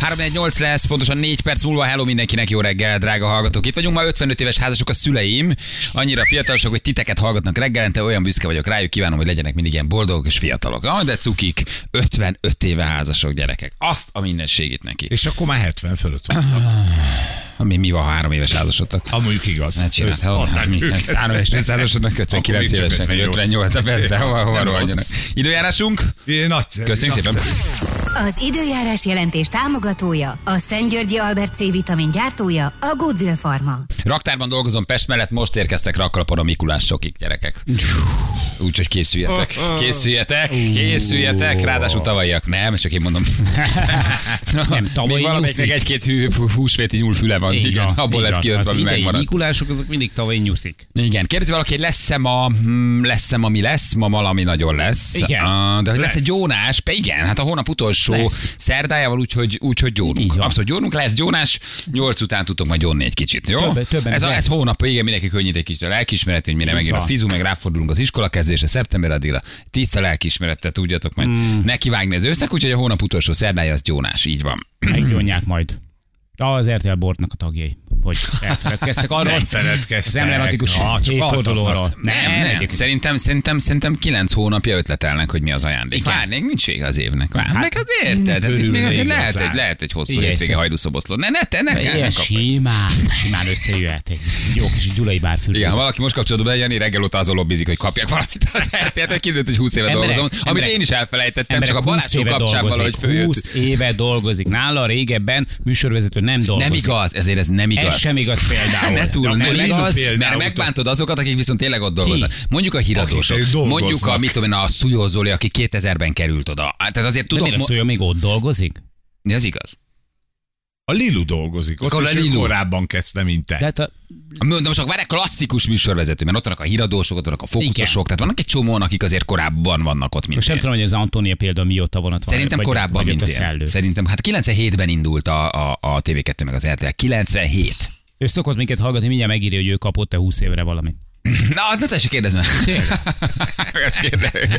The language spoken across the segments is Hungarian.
348 lesz, pontosan 4 perc múlva. Hello mindenkinek, jó reggel, drága hallgatók. Itt vagyunk ma 55 éves házasok a szüleim. Annyira fiatalosok, hogy titeket hallgatnak reggelente, olyan büszke vagyok rájuk. Kívánom, hogy legyenek mindig ilyen boldogok és fiatalok. Ah, de cukik, 55 éve házasok gyerekek. Azt a mindenségét neki. És akkor már 70 fölött van. Mi, mi van ha három éves házasodtak? Ha mondjuk igaz. Ne csinálsz, Összeadták őket. Három és négy házasodnak, Akkor még 59 csak évesek, vagy 58. 58 a perce, hova, hova Nem rohanjanak. rossz. Időjárásunk? É, Nagyszerű. Köszönjük szépen. nagyszerű. Az időjárás jelentés támogatója, a Szentgyörgyi Albert C vitamin gyártója, a Goodwill Pharma. Raktárban dolgozom Pest mellett, most érkeztek rakkalapon a Mikulásokig, gyerekek. Úgyhogy készüljetek, készüljetek, készüljetek, ráadásul tavalyiak. Nem, csak én mondom. Nem, tavalyi Még valamelyiknek nyuszik. egy-két hű, húsvéti nyúlfüle van, igen, abból lett kijött, Az ami idei megmaradt. Mikulások azok mindig tavaly nyuszik. Igen, kérdezi valaki, hogy lesz-e ma, hmm, lesz-e ma mi lesz, ma valami nagyon lesz. Igen. Ah, de hogy lesz-e Lesz. gyónás, Pe, igen, hát a hónap utolsó lesz. Lesz. szerdájával, úgyhogy úgy, hogy gyónunk. Így van. Abszolút gyónunk, lesz gyónás, nyolc után tudtok majd gyónni egy kicsit, jó? Többen- többen ez, a, igen. ez hónap, igen, mindenki könnyít egy kicsit a lelkismeret, hogy mire megjön a van. fizu, meg ráfordulunk az iskola kezdése szeptember addigra. Tiszta lelkismerettel tudjatok majd Hmm. mm. nekivágni az összek, úgyhogy a hónap utolsó szerdája az gyónás, így van. Meggyónják majd. Az RTL Bortnak a tagjai, hogy elfeledkeztek arról. Nem feledkeztek. Az emblematikus Na, csak évfordulóról. adhatnak. Nem, nem, nem. Szerintem, szerintem, szerintem kilenc hónapja ötletelnek, hogy mi az ajándék. Várnék, nincs vége az évnek. Vár. Hát, meg az érted, hát itt még örülnék azért igazán. lehet egy, lehet egy hosszú Igen, hétvége szerintem. hajdúszoboszló. Ne, ne, te, ne, kell, ne Ilyen kapj. simán, simán összejöhet egy jó kis gyulai bárfülő. Igen, ha valaki most kapcsolódott be, Jani reggel óta azon lobbizik, hogy kapjak valamit az RTL-t, hogy kiderült, hogy 20 éve Emberek, dolgozom, amit emberek, én is elfelejtettem, Emberek csak a 20 Balázsó éve kapcsán valahogy dolgozik, följött. 20 éve dolgozik. Nála régebben műsorvezető nem dolgozik. Nem igaz, ezért ez nem igaz. Ez sem igaz például. Ne túl, De ne, nem igaz, mert igaz, például. megbántod azokat, akik viszont tényleg ott dolgoznak. Mondjuk a híradósok, Akik dolgoznak. mondjuk a, mit tudom én, a Szújó Zoli, aki 2000-ben került oda. Hát, Tehát azért De tudom, miért mo- szólja, még ott dolgozik? ez igaz. A Lilu dolgozik. Ott Akkor is a ő Lilu. korábban kezdte, mint De te. hát a, Mondom, csak már egy klasszikus műsorvezető, mert ott vannak a híradósok, ott vannak a fókuszosok, tehát vannak egy csomóan, akik azért korábban vannak ott, mint most nem én. tudom, hogy az Antónia példa mióta van ott. van, Szerintem vagy- korábban, vagy ott mint a én. szellő. Szerintem, hát 97-ben indult a, a, a TV2 meg az RTL. 97. Ő szokott minket hallgatni, mindjárt megírja, hogy ő kapott-e 20 évre valamit. Na, na tessék kérdezni. Ezt kérdezni.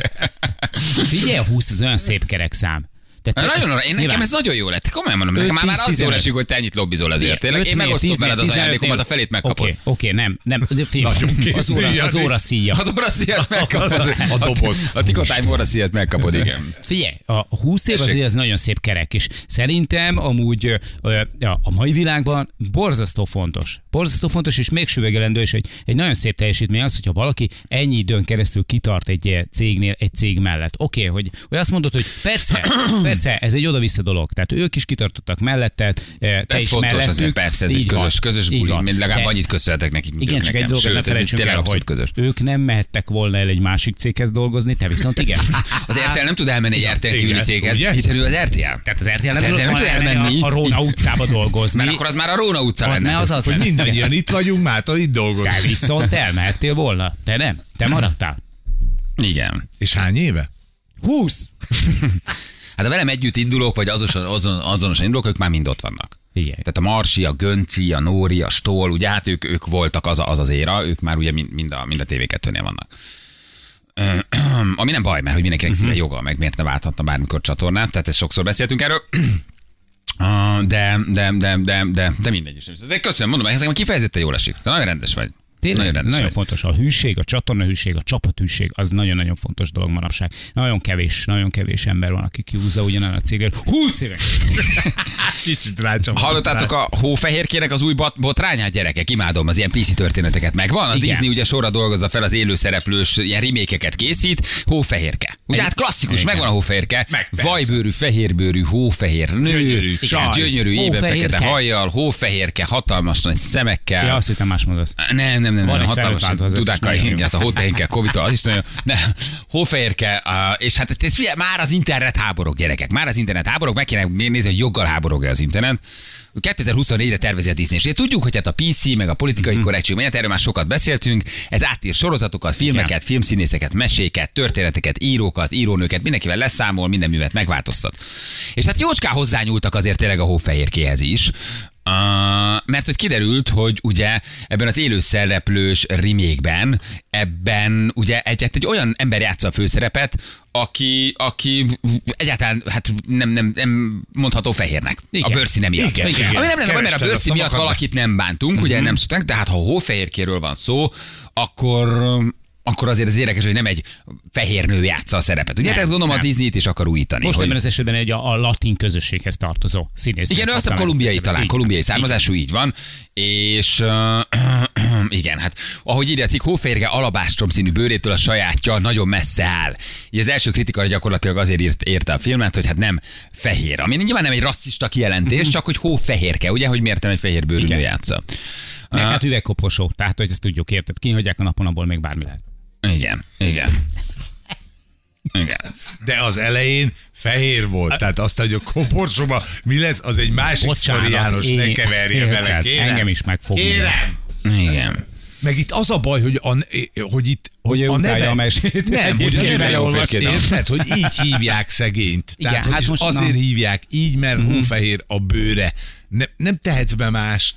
Figyelj, a 20 az olyan szép kerek szám. Tehát Nagyon arra, én nekem Nyilván. ez nagyon jó lett. Komolyan mondom, nekem már, már 5-10-15. az jól esik, hogy te ennyit lobbizol ezért. Tényleg, én Ötnél, megosztom tíznél, veled az tizenötnél. ajándékomat, a felét megkapod. Oké, oké, nem, nem, de figyelj, Nagyon az készülj, óra, az Jani. óra szíja. Az óraszíjat megkapod. A doboz. A tikotány óraszíjat megkapod, igen. Figyelj, a 20 év azért az nagyon szép kerek, és szerintem amúgy ö, ö, a mai világban borzasztó fontos. Borzasztó fontos, és még süvegelendő, és egy, egy nagyon szép teljesítmény az, hogyha valaki ennyi időn keresztül kitart egy ilyen cégnél, egy cég mellett. Oké, okay, hogy, hogy azt mondod, hogy persze, persze, ez egy oda-vissza dolog. Tehát ők is kitartottak melletted, ö, te Ez is fontos mellettük. azért, persze, ez egy Így van, közös, közös így buli, van. mind legalább De- annyit köszönhetek nekik, mint igen, ők csak nekem. egy dolgot ne Sőt, ez egy felejtsünk tényleg el, hogy abszolút közös. ők nem mehettek volna el egy másik céghez dolgozni, te viszont igen. Az RTL nem tud elmenni egy RTL kívüli igen, céghez, ugye? hiszen ő az RTL. Tehát az RTL Hát nem tudott nem volna tud elmenni. elmenni a, a Róna utcába dolgozni. Mert akkor az már a Róna utca Ott lenne. ne az az Hogy lenne. mindannyian itt vagyunk, már itt Te dolgozunk. viszont elmehettél volna. Te nem. Te maradtál. Igen. És hány éve? 20. Hát a velem együtt indulók, vagy azonosan, azon, azonosan indulók, ők már mind ott vannak. Figyelj. Tehát a Marsi, a Gönci, a Nóri, a Stól, ugye hát ők, ők voltak az, a, az az éra, ők már ugye mind, mind a, mind a TV2-nél vannak. Öhm, Ami nem baj, mert hogy mindenkinek Mhm. szíve joga, meg miért ne válthatna bármikor csatornát, tehát ezt sokszor beszéltünk erről. Ah, De, de, de, de, de, de mindegy is. De köszönöm, mondom, ez nekem kifejezetten jól esik. Te nagyon rendes vagy. Tényleg, nagyon, nagyon vagy. fontos. A hűség, a csatorna hűség, a csapat hűség, az nagyon-nagyon fontos dolog manapság. Nagyon kevés, nagyon kevés ember van, aki kiúzza ugyanarra a cégről. 20 évek! Hát Kicsit rácsapom. Hallottátok a hófehérkének az új bat- botrányát, gyerekek? Imádom az ilyen PC történeteket. Megvan? A Igen. Disney ugye sorra dolgozza fel az élőszereplős ilyen rimékeket készít. Hófehérke. Ugye Egy- hát klasszikus, Igen. megvan a hófehérke. Meg persze. Vajbőrű, fehérbőrű, hófehér nő. Gyönyörű Igen, csaj. Gyönyörű, éve Hófehérke. fekete hajjal, hófehérke, hatalmas nagy szemekkel. Ja, azt hittem más mondasz. Nem, nem, nem, Van nem egy hatalmas felváltva az tudákkal ötös hinge, millió. ez a hótehénke, covid az is nagyon jó. Nem, hófehérke, á, és hát ez, figyelj, már az internet háborog, gyerekek, már az internet háborog, meg kéne nézni, hogy joggal háborog-e az internet. 2024-re tervezi a Disney, és ugye tudjuk, hogy hát a PC, meg a politikai Mhm. mm-hmm. korrektség, mert erről már sokat beszéltünk, ez átír sorozatokat, filmeket, Igen. filmszínészeket, meséket, történeteket, írókat, írónőket, mindenkivel leszámol, minden művet megváltoztat. És hát jócská hozzányúltak azért tényleg a hófehérkéhez is. Uh, mert hogy kiderült, hogy ugye ebben az élő szereplős remékben, ebben ugye egy, hát egy olyan ember játsza a főszerepet, aki, aki egyáltalán hát nem, nem, nem mondható fehérnek. Igen. A bőrszíne miatt. Igen, igen. Ami nem lenne baj, mert a Kerested bőrszín a miatt szavakat. valakit nem bántunk, uh-huh. ugye nem szütünk, de hát ha hófehérkéről van szó, akkor akkor azért az érdekes, hogy nem egy fehér nő játsza a szerepet. Ugye? Nem, Tehát gondolom a nem. Disney-t is akar újítani. Most hogy- ebben az esetben egy a, a latin közösséghez tartozó színész. igen, ő azt hiszem kolumbiai talán, kolumbiai származású, így van. És ö, igen, hát ahogy írja a cikk, hóférge alabástrom színű bőrétől a sajátja nagyon messze áll. Így az első kritika gyakorlatilag azért írt, érte a filmet, hogy hát nem fehér. Ami nyilván nem egy rasszista kijelentés, csak hogy hófehérke, ugye, hogy miért nem egy fehér bőrű nő játsza. Meg hát üvegkoposó, tehát hogy ezt tudjuk, érted? Kihagyják a napon, abból még bármi lehet. Igen, igen. Igen. Hát, De az elején fehér volt, tehát azt, hogy a koporsóba mi lesz, az egy másik Bocsánat, sztori, János, én- ne keverje érted, vele, kérem. engem is megfog Kérem! Igen. Meg itt az a baj, hogy, a, hogy itt Hogy ő a utálja neve, a mesét. Nem, hogy Egyébként a neve nagyon olvas- férkéd, nem? Érted, hogy így hívják szegényt. Igen, Tehát, hogy hát is most azért na. Mhm. hívják így, mert uh-huh. hófehér a bőre. Ne, nem tehetsz be mást.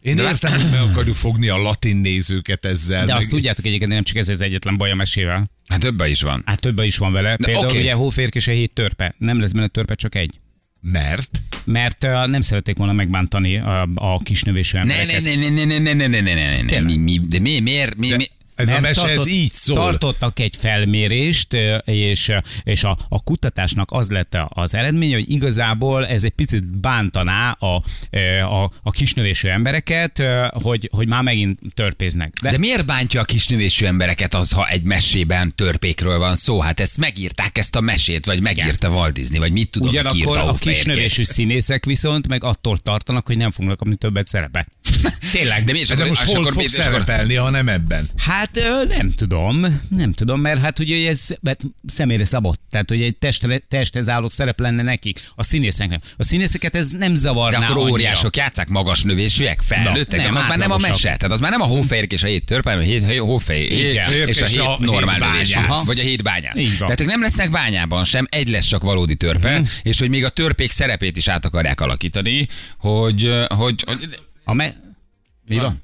Én De- értem, hogy meg akarjuk fogni a latin nézőket ezzel. hát- De meg- azt tudjátok egyébként, nem csak ez az egyetlen baj a mesével. Hát többen is van. Hát többen is van vele. Például oké. ugye hóférkés a hét törpe. Nem lesz benne törpe, csak egy. Mert? Mert uh, nem szerették volna megbántani a, a kisnövésű Ne, embereket. ne, ne, ne, ne, ne, ne, ne, ne, ne, ne, ne, mi, mi, de mi, miért, mi, mi, Ez a Mert mese, ez így szól. Tartottak egy felmérést, ö, és, ö, és a, a kutatásnak az lett az eredménye, hogy igazából ez egy picit bántaná a, ö, a, a kisnövésű embereket, ö, hogy, hogy már megint törpéznek. De, de miért bántja a kisnövésű embereket az, ha egy mesében törpékről van szó? Hát ezt megírták ezt a mesét, vagy megírta Walt Disney, vagy mit tudom, ki Ugyanakkor írta a Ófehérke. kisnövésű színészek viszont meg attól tartanak, hogy nem fognak kapni többet szerepe. Tényleg. De mi is Hát De akkor, most és hol akkor, fog és akkor, szerepelni, ha nem ebben? Hát ö, nem tudom, nem tudom, mert hát ugye ez mert személyre szabott, tehát hogy egy testre, testhez álló szerep lenne nekik, a színészeknek. A színészeket ez nem de zavarná akkor annyira. óriások játszák magas növésűek, felnőttek, Na, nem, nem, az már nem a átlagosak. mese. Tehát az már nem a hófehérk és a hét törpe, hanem a hét hé- hófej Igen. hét- és a És a hét hét normál bányász. növésű, Aha. vagy a hét bányász. Így van. Tehát ők nem lesznek bányában sem, egy lesz csak valódi törpe, és hogy még a törpék szerepét is át akarják alakítani, hogy, hogy, hogy A me- Mi van?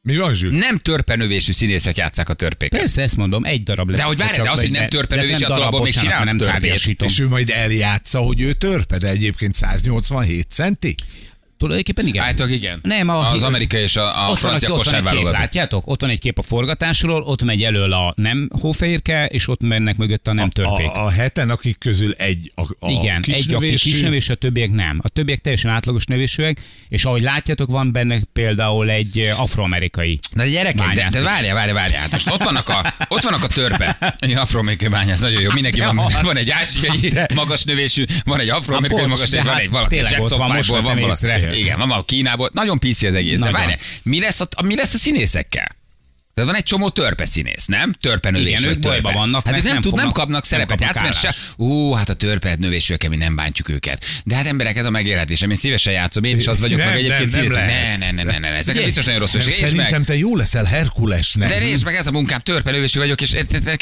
Mi van, Zsül? nem törpenövésű színészek játszák a törpéket. Persze, ezt mondom, egy darab lesz. De hogy várj, csak de az, hogy nem benne. törpenő, Tehát és hát nem attól darab, abból még bocsánat, csinálsz hanem törpét. kárjásítom. És ő majd eljátsza, hogy ő törpe, de egyébként 187 centi? Tulajdonképpen igen. Állítólag igen. Nem, a- Hát, az amerikai és a, a ott van, francia aki- ott van egy kép, kosárválogatott. látjátok? Ott van egy kép a forgatásról, ott megy elől a nem hófehérke, és ott mennek mögött a nem törpék. A, a heten, akik közül egy a, a Igen, egy aki kisnövésű. kisnövés, a többiek nem. A többiek teljesen átlagos növésűek, és ahogy látjátok, van benne például egy eh, afroamerikai. Na de gyerekek, de, Bányász de is. várjál, várjál, várjál. Hát most ott vannak a, ott vannak a törpe. Egy afroamerikai bányász, nagyon jó. Mindenki van, van egy ázsiai, magas növésű, van egy afroamerikai Hát Na, magas, bocs, de és van hát egy valaki tényleg ott Jackson van, five most ból van vettem valaki. észre. Igen, van valaki Kínából. Nagyon piszi az egész. De Nagyon. várjál, mi lesz a, mi lesz a színészekkel? Tehát van egy csomó törpe színész, nem? Törpe növés. Igen, vagy ők bajba törpe. vannak, Hát ők mert nem, nem tud, nem fognak- kapnak nem szerepet kapnak játszani, mert se. árás. Ú, hát a törpe növésűek, mi nem bántjuk őket. De hát emberek, ez a megélhetésem, én szívesen játszom, én is az vagyok, Nem, meg nem, egyébként nem színész. Ne, lehet. ne, ne, ne, ne, ezek biztos nagyon rosszul. Nem, És én is meg. Szerintem te jó leszel Herkulesnek. De nézd meg, ez a munkám, törpelővésű vagyok, és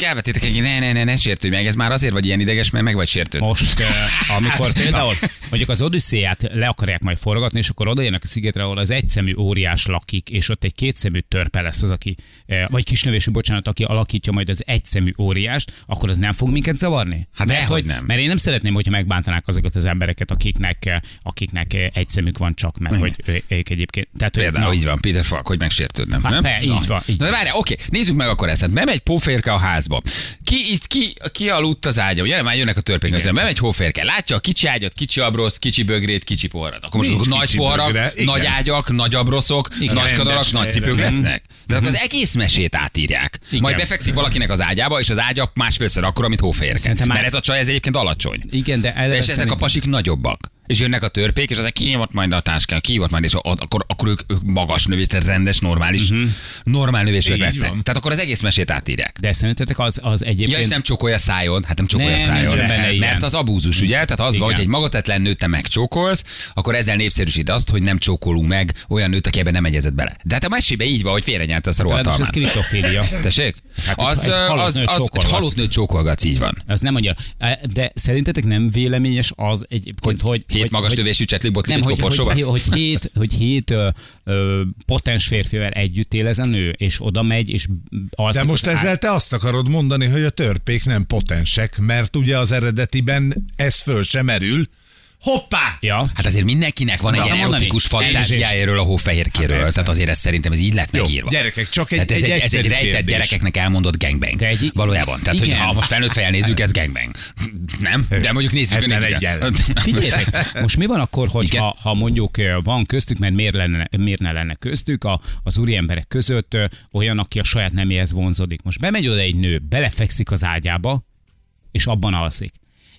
elvetétek egy, ne, ne, ne, ne sértődj meg, ez már azért vagy ilyen ideges, mert meg vagy sértődve. Most, eh, amikor Hát, például mondjuk az Odüsszéját le akarják majd forgatni, és akkor odajönnek a szigetre, ahol az egyszemű óriás lakik, és ott egy kétszemű törpe lesz az, aki, eh, vagy kisnövésű, bocsánat, aki alakítja majd az egyszemű óriást, akkor az nem fog minket zavarni? Hát mert, dehogy hogy nem. Mert én nem szeretném, hogyha megbántanák azokat az embereket, akiknek, eh, akiknek eh, egy szemük van csak, mert hogy ő- ők egyébként. Tehát, hogy, Például na, így van, Peter Falk, hogy megsértődnem, Hát nem? te, így Na. van, így Na de van. várjál, oké, nézzük meg akkor ezt. Hát bemegy póférke a házba. Ki, itt, ki, ki aludt az ágya? Ugye már jönnek a törpék közben. Bemegy hóférke, látja a kicsi ágyat, kicsi abrosz, kicsi bögrét, kicsi poharat. Akkor most Nincs azok nagy kicsi poharak, bögre, igen. nagy ágyak, nagy abroszok, nagy Rendes kadarak, nagy helyre. cipők lesznek. De akkor az egész mesét átírják. Mhm. Igen. Majd befekszik valakinek az ágyába, és az ágya másfélszer akkora, mint hóférke. Szerintem már- Mert ez a csaj, ez egyébként alacsony. Igen, de eleve És ezek a szerintem- pasik nagyobbak. És jönnek a törpék, és ezek kihívott majd a táskán, kihívott majd, és a- akkor, akkor ők, ők magas növés, tehát rendes, normális, Mhm. uh-huh. normál növésűek Így lesznek. van. Tehát akkor az egész mesét átírják. De szerintetek az, az egyébként... Ja, és nem csokolja szájon, hát nem csokolja Nem, szájon. nincsen benne ilyen. Mert az abúzus, ugye? Tehát az van, Igen. hogy egy magatetlen nőt te megcsókolsz, akkor ezzel népszerűsít azt, hogy nem csókolunk meg olyan nőt, aki ebben nem egyezett bele. De hát a mesébe így van, hogy félrenyeltesz a Ráadásul ez rohatalmát. kriptofília. Tessék? Hát Az, egy halott az, nőt az, egy csókolgatsz. halott nőt csókolgatsz, így van. E, Az nem annyira. De szerintetek nem véleményes az egyébként, hogy, hogy, Hét magas hogy- lövésű csetlik botlik nem, egy hogy, koporsóval? hogy, hogy, hét, hogy hét ö, ö, potens férfivel együtt él ez a nő, és oda megy, és alszik. De most az ezzel te azt akarod mondani, hogy a törpék nem potensek, mert ugye az eredetiben ez föl sem merül. Hoppá! Ja. Hát azért mindenkinek van Na, egy na, ilyen mondani. erotikus Elnézést. fantáziája erről a hófehérkéről. Tehát azért ez szerintem ez így lett Hát Jó, megírva. gyerekek, csak egy- Tehát ez egy egy, ez egy egyszerű rejtett kérdés. gyerekeknek elmondott gangbang. De egy- Valójában. Tehát, hogy Igen. ha most felnőtt fejjel nézzük, ez gangbang. Nem? De mondjuk nézzük, Hetven nézzük. egyen. Figyeljetek, most mi van akkor, hogy Igen. ha, ha, mondjuk ö, van köztük, mert miért, lenne, miért ne lenne köztük, a, az úri emberek között ö, olyan, aki a saját neméhez vonzódik. Most bemegy oda egy nő, belefekszik az ágyába, és abban alszik.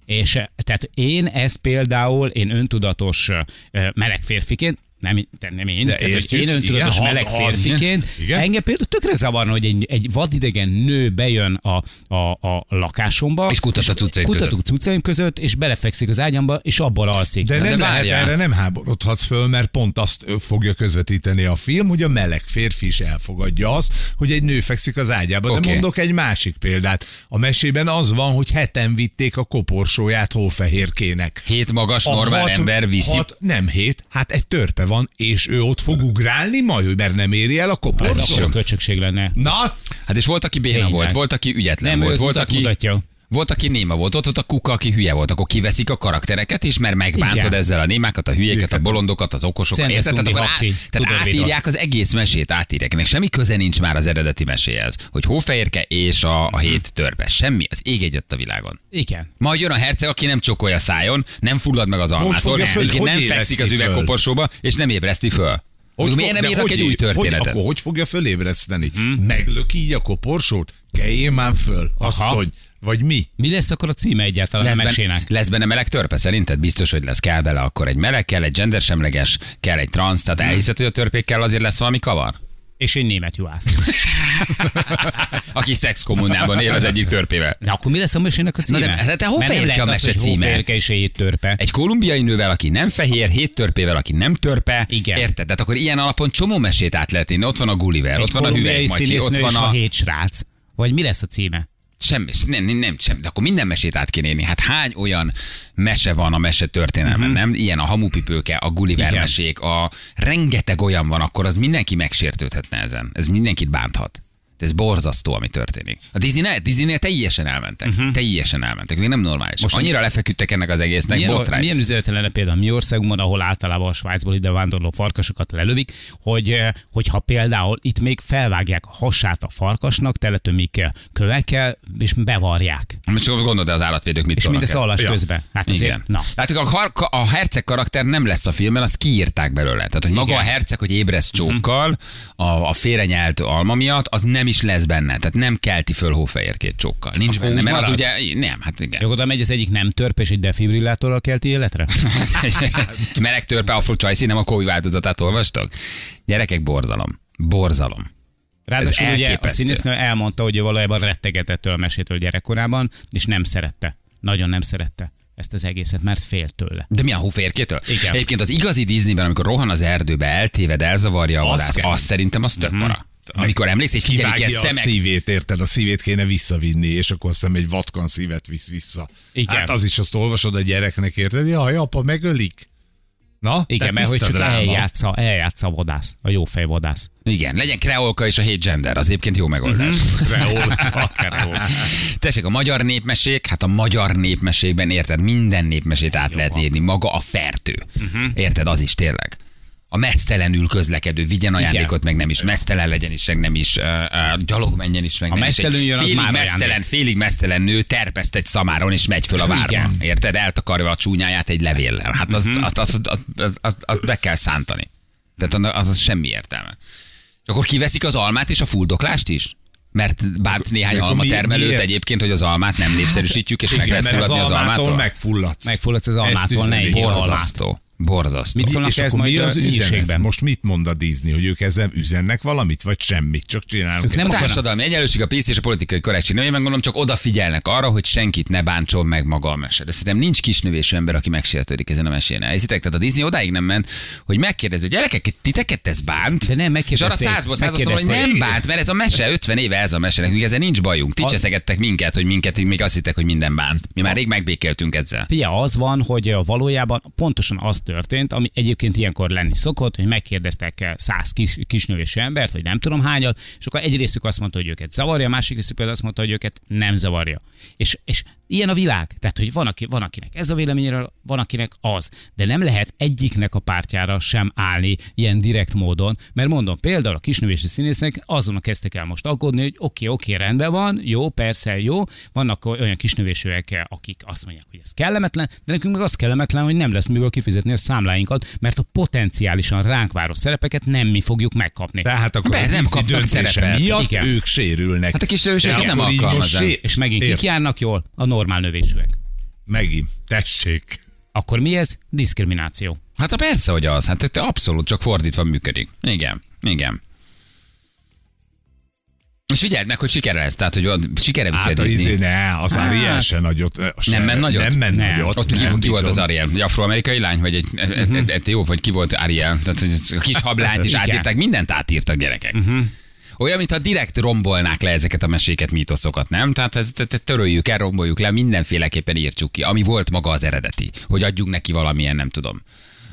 És eh, tehát én ezt például, én öntudatos eh, eh, meleg férfiként, nem, de nem én, De tehát, hogy értjük, én öntudatos igen, meleg az. férfiként, Igen. engem például tökre zavarna, hogy egy, egy vadidegen nő bejön a, a, a lakásomba, És kutas a cuccaid kutatok között. cuccaim között, és belefekszik az ágyamba, és abból alszik. De De nem de lehet, várjál. erre nem háborodhatsz föl, mert pont azt fogja közvetíteni a film, hogy a meleg férfi is elfogadja azt, hogy egy nő fekszik az ágyába. Okay. Oké. De mondok egy másik példát. A mesében az van, hogy heten vitték a koporsóját hófehérkének. Hét magas normál ember viszi. Hat, nem hét, hát egy törpe van, és ő ott fog ugrálni, majd ő mert nem éri el a ez koporsó. akkor a költségség lenne. Na, Hát és volt, aki béna Tényleg. volt, volt, aki ügyetlen Nem, ő volt, az volt, utat aki... mutatja. Volt, aki néma volt, ott volt a kuka, aki hülye volt, akkor kiveszik a karaktereket is, mert megbántod Igen. ezzel a némákat, a hülyéket, a bolondokat, az okosokat. Szent Érted? Tehát, Eszundi akkor át, Haci, tehát tudod, védel. átírják az egész mesét, átírják. Ennek semmi köze nincs már az eredeti meséhez, hogy hófehérke és a, a hét törpe. Semmi, az ég egyet a világon. Igen. Majd jön a herceg, aki nem csokolja a szájon, nem fullad meg az almától, fogja föl, egyébként hogy nem éleszti fekszik az föl? üvegkoporsóba, és nem ébreszti föl. Hogy miért fog- nem de írnak hogy egy ér- új Hogy, történetet? Hm. akkor hogy fogja fölébreszteni? Hmm. Meglöki így a koporsót? Keljél már föl, asszony. Vagy mi? Mi lesz akkor a címe egyáltalán a benne, mesének? lesz benne meleg törpe szerinted? Biztos, hogy lesz. Kell bele akkor egy meleg, kell egy gendersemleges, kell egy transz. Tehát Hmm. elhiszed, hogy a törpékkel azért lesz valami kavar? És én német juhász. Aki szexkommunában él az egyik törpével. De akkor mi lesz a mesének a címe? Na de- de hol Mert nem férke lehet a az, mese hogy hol címe? férke és egy törpe. Egy kolumbiai nővel, aki nem fehér, hét törpével, aki nem törpe. Igen. Érted? Tehát akkor ilyen alapon csomó mesét át lehet inni. Ott van a Gulliver, ott van a kolumbiai Hüvelyk Matyi, ott színésznő van és a a... hét srác. Vagy mi lesz a címe? Semmi, nem, nem, nem, semmi. De akkor minden mesét át kéne írni. Hát hány olyan mese van a mese történelmen, nem? Ilyen a hamupipőke, a Gulliver Mhm. Igen. mesék, a rengeteg olyan van, akkor az mindenki megsértődhetne ezen. Ez mindenkit bánthat. De ez borzasztó, ami történik. A Disney ne, Disneynél teljesen elmentek. Mhm. Uh-huh. Teljesen elmentek. Még nem normális. Most annyira lefeküdtek ennek az egésznek, Milyen, botrány. milyen üzenet lenne például a mi országunkban, ahol általában a Svájcból ide vándorló farkasokat lelövik, hogy eh, hogyha például itt még felvágják a hasát a farkasnak, teletömik eh, kövekkel, és bevarják. Most gondolod, de az állatvédők mit És szólnak mindezt el? alvás közben. Hát azért, Igen. na. Látjuk, a, har- a herceg karakter nem lesz a filmben, azt kiírták belőle. Tehát, hogy maga Igen. Mhm. a herceg, hogy ébreszt csókkal, a, a félrenyelt alma miatt, az nem is lesz benne. Tehát nem kelti föl hófehérkét csókkal. Nincs Akkor benne, úgy mert az marad? ugye, nem, hát igen. Jó, oda megy az egyik nem törp, és egy defibrillátorral kelti életre? Az egy meleg törpe, afro csajszín, nem a Covid változatát olvastok? Gyerekek, borzalom. Borzalom. Ráadásul Ez ugye a elképesztő. színésznő elmondta, hogy ő valójában rettegetett ettől a mesétől gyerekkorában, és nem szerette. Nagyon nem szerette ezt az egészet, mert fél tőle. De mi a hóférkétől? Igen. Egyébként az igazi Disneyben, amikor rohan az erdőbe, eltéved, elzavarja a Az vadász, kell. az szerintem az Mhm. tök para. Amikor emlékszel, hogy figyelik ilyen Kivágja a szemek, szívét, érted? A szívét kéne visszavinni, és akkor azt hiszem egy vatkan szívet visz vissza. Igen. Hát az is azt olvasod a gyereknek, érted? Jaj, apa, megölik. Na, Igen, te mert hogy tiszta csak dráma. eljátsza, eljátsza a vadász, a jófej vadász. Igen, legyen kreolka és a hét gender, az egyébként jó megoldás. Mhm. Kreolka. Tessék, a magyar népmesék, hát a magyar népmesékben érted, minden népmesét át lehet írni, maga a fertő. Mhm. Érted, az is tényleg. A mesztelenül közlekedő, vigyen ajándékot, meg nem is, mesztelen legyen is, meg nem is, uh, uh, gyalog menjen is, meg Ha nem is. Egy mesztelenül jön, az félig már mesztelen, ajándék. félig mesztelen nő terpeszt egy szamáron, és megy föl a várba. Igen. Mhm. Érted, eltakarja a csúnyáját egy levéllel. Hát azt, azt, azt, azt, azt, azt be kell szántani. Tehát annak- az, az semmi értelme. És akkor kiveszik az almát és a fuldoklást is? Mert bánt néhány De akkor mi- alma termelőt miért? Hát, egyébként, hogy az almát nem népszerűsítjük, és meg lehet Igen, mert az szivatni az almától almától. megfulladsz. Megfulladsz az Ezt almától, ne üzeni. egyél almát. Borzasztó. Borzasztó. Mit szólnak és ez akkor majd mi az az üzenet? ügyiségben? Most mit mond a Disney, hogy ők ezzel üzennek valamit, vagy semmit, csak csinálunk. Ők nem a akarnak. társadalmi egyenlőség, a pénz és a politikai korrektség. Nem, én megmondom, csak odafigyelnek arra, hogy senkit ne bántson meg maga a mese. De szerintem nincs kisnövésű ember, aki megsértődik ezen a mesén. Hiszitek, tehát a Disney odáig nem ment, hogy megkérdező, hogy gyerekek, titeket ez bánt? De és arra nem, megkérdezték. százból százasztal, hogy nem Megkérdezték. bánt, mert ez a mese 50 éve ez a mese, nekünk ezen nincs bajunk. Ti A- cseszegettek minket, hogy minket így még azt hittek, hogy minden bánt. Mi már rég megbékéltünk ezzel. Figyelj, az van, hogy ö, valójában pontosan az történt, ami egyébként ilyenkor lenni szokott, hogy megkérdeztek ö, száz kis, kisnövésű embert, vagy nem tudom hányat, és akkor egy részük azt mondta, hogy őket zavarja, a másik részük pedig azt mondta, hogy őket nem zavarja. És, és ilyen a világ. Tehát, hogy van, aki, van akinek ez a véleményéről, van akinek az. De nem lehet egyiknek a pártjára sem állni ilyen direkt módon, mert mondom, például a kisnövési színészek azon kezdtek el most aggódni, hogy oké, oké, rendben van, jó, persze, jó, vannak olyan kisnövésűek, akik azt mondják, hogy ez kellemetlen, de nekünk meg az kellemetlen, hogy nem lesz miből kifizetni a számláinkat, mert a potenciálisan ránk város szerepeket nem mi fogjuk megkapni. Tehát akkor Be- a nem Disney kapnak döntése szerepet. miatt Igen. ők sérülnek. Hát a kisnövésűek Ja, nem akkor így alkalmazzák. most sé- És megint kik Ért- járnak jól? A normál növésűek. Megint, tessék. Akkor mi ez? Diszkrimináció. Hát a persze, hogy az. Hát te abszolút csak fordítva működik. Igen, igen. És figyeld meg, hogy sikere lesz, tehát hogy a- sikere viszi Hát a az Disney. Hát. izé, ne, az Ariel se nagyot. ö, se- Nem ment nagyot? Nem ment Nem. nagyot. Ott ki, nem ki volt bizony. Mhm. az Ariel? Egy afroamerikai lány, vagy egy, e- egy, egy, egy jó, vagy ki volt Ariel? Tehát hogy a kis hablányt is Igen. átírták, mindent átírtak gyerekek. Mhm. Olyan, mintha direkt rombolnák le ezeket a meséket, mítoszokat, nem? Tehát ez, te, te töröljük el, romboljuk le, mindenféleképpen írtsuk ki, ami volt maga az eredeti, hogy adjunk neki valamilyen, nem tudom,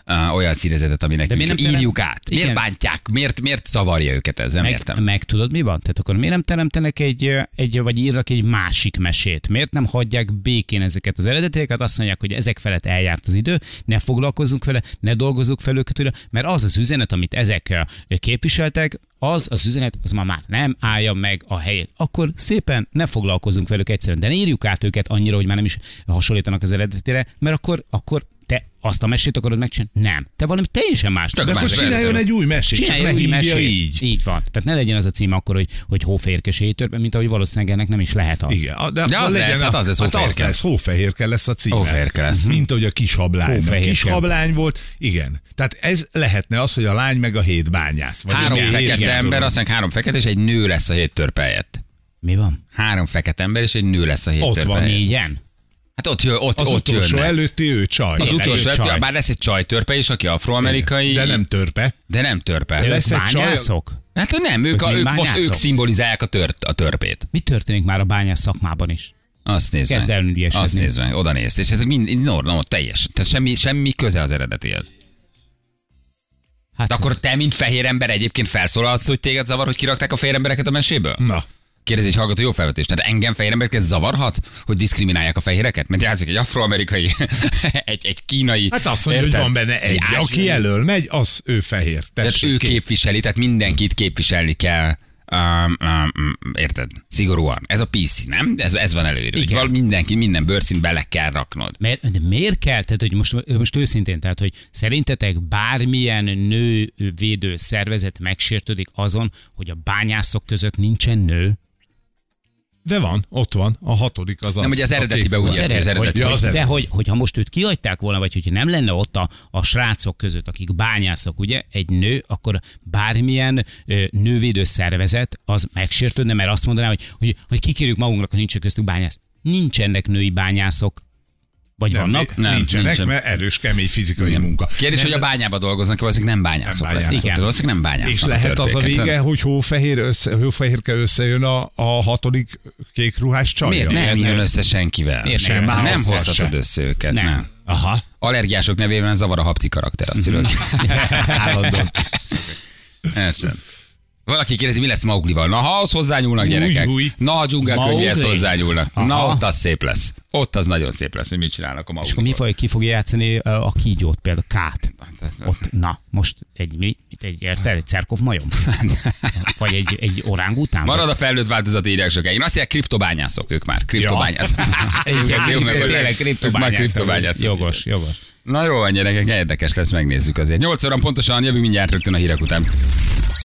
uh, olyan színezetet, aminek De miért nem terem- írjuk át. Miért Igen. bántják? Miért, miért zavarja őket ez? Nem meg, értem. Meg tudod, mi van? Tehát akkor miért nem teremtenek egy, ö, egy, vagy írnak egy másik mesét? Miért nem hagyják békén ezeket az eredetieket? Azt mondják, hogy ezek felett eljárt az idő, ne foglalkozunk vele, ne dolgozzuk fel őket, újra, mert az az üzenet, amit ezek ö, képviseltek, az az üzenet, az ma már nem állja meg a helyét. Akkor szépen ne foglalkozunk velük egyszerűen, de ne írjuk át őket annyira, hogy már nem is hasonlítanak az eredetére, mert akkor, akkor te azt a mesét akarod megcsinálni? Nem. Te valami teljesen más. Tök De más akkor verzió. csináljon egy új mesét, csak Csinálj ne új hívja mesét. így. Így van. Tehát ne legyen az a cím akkor, hogy, hogy hóférkes étörp, mint ahogy valószínűleg ennek nem is lehet az. Igen, a- de, De akkor az legyen lesz, a- hát az lesz az hófehérke. lesz, hófehérke lesz a címe. Mhm. Hófehérke lesz. Mint ahogy a kis hablány. A Hófehérke. kis hablány volt, igen. Tehát ez lehetne az, hogy a lány meg a hét bányász. Vagy Három igen, fekete igen, ember, tudom. azt mondják, három fekete, és egy nő lesz a hét törpe helyett. Mi van? Három fekete ember, és egy nő lesz a hét Ott törpe van helyett. Négyen? Hát ott, jö, ott, Az ott utolsó jönnek. előtti ő csaj. Az Tényleg, utolsó ő előtt, csaj. bár lesz egy csajtörpe is, aki afroamerikai, De nem törpe. de nem törpe. De lesz egy csaj- Bányászok? Hát nem, ők, Ők a, még ők most bányászok. ők szimbolizálják a, tört, a törpét. Mi történik már a bányász szakmában is? Azt nézd Kezd meg. elügyesedni. Azt nézd meg, oda nézd. És ez mind, no, no, teljes. Tehát semmi, semmi köze az eredetihez. Hát De akkor ez- te, mint fehér ember egyébként felszólalsz, hogy téged zavar, hogy kirakták a fehér embereket a meséből? Na, Kérdezi egy hallgató, jó felvetés. Tehát engem fehér embereket zavarhat, hogy diszkriminálják a fehéreket? Mert játszik egy afroamerikai, egy, egy kínai. hát azt mondja, hogy érted? van benne egy, ázsiai. aki elől megy, az ő fehér. Tehát ő Tessék, kész. képviseli, tehát mindenkit képviselni kell. Um, um, érted? Szigorúan. Ez a PC, nem? Ez, ez van előre. Hogy Igen. val- mindenki, minden bőrszint bele kell raknod. Mert, de miért kell? Tehát, hogy most, most őszintén, tehát, hogy szerintetek bármilyen nővédő szervezet megsértődik azon, hogy a bányászok között nincsen nő? De van, ott van, a hatodik az az. Nem, ugye az a eredetibe kék úgy van. értem, az eredeti. hogy, Ja, hogy, az de eredeti. hogy, hogyha most őt kihagyták volna, vagy hogyha nem lenne ott a, a srácok között, akik bányászok, ugye, egy nő, akkor bármilyen ö, nővédő szervezet az megsértődne, mert azt mondaná, hogy, hogy, hogy kikérjük magunknak, hogy nincs köztük bányász. Nincsenek női bányászok. Vagy Nem, vannak? Nem, nincsenek, nincsen. mert erős, kemény fizikai munka. Kérdés, Nem, hogy a bányába dolgoznak, valószínűleg nem bányászok. Nem Nem bányászok. bányászok. Igen. Igen. Valószínűleg nem bányászok. És lehet az a vége, hogy hófehér össze, hófehérke összejön a, a hatodik kék ruhás csajjal. Miért ne? Nem Igen. jön össze senkivel. Miért Sem, ne jön nem össze hozhatod se? össze őket. Nem. Nem. nem. Aha. Allergiások nevében zavar a hapci karakter, azt írod. Állandóan. Érted. Valaki kérdezi, mi lesz Mauglival. Na, ha ahhoz hozzányúlnak gyerekek. Új, új. Na, a dzsungelkönyvéhez Mowgli? hozzányúlnak. Na, Aha. ott az szép lesz. Ott az nagyon szép lesz, hogy mit csinálnak a És akkor mi Mauglival. fog, ki fogja játszani ö, a kígyót, például Kát? Hát, Ott, na, most egy mi? Itt egy, érted? Egy cerkov majom? Vagy egy, egy orángután? Marad a felnőtt változat írják sokáig. Én azt mondják, kriptobányászok ők már. Kriptobányászok. Igen, Jó, igen, meg- tényleg ők már kriptobányászok. kriptobányászok. Jogos, jogos. Na jó van, gyerekek, érdekes lesz, megnézzük azért. 8 óra pontosan, jövünk mindjárt rögtön a hírek után.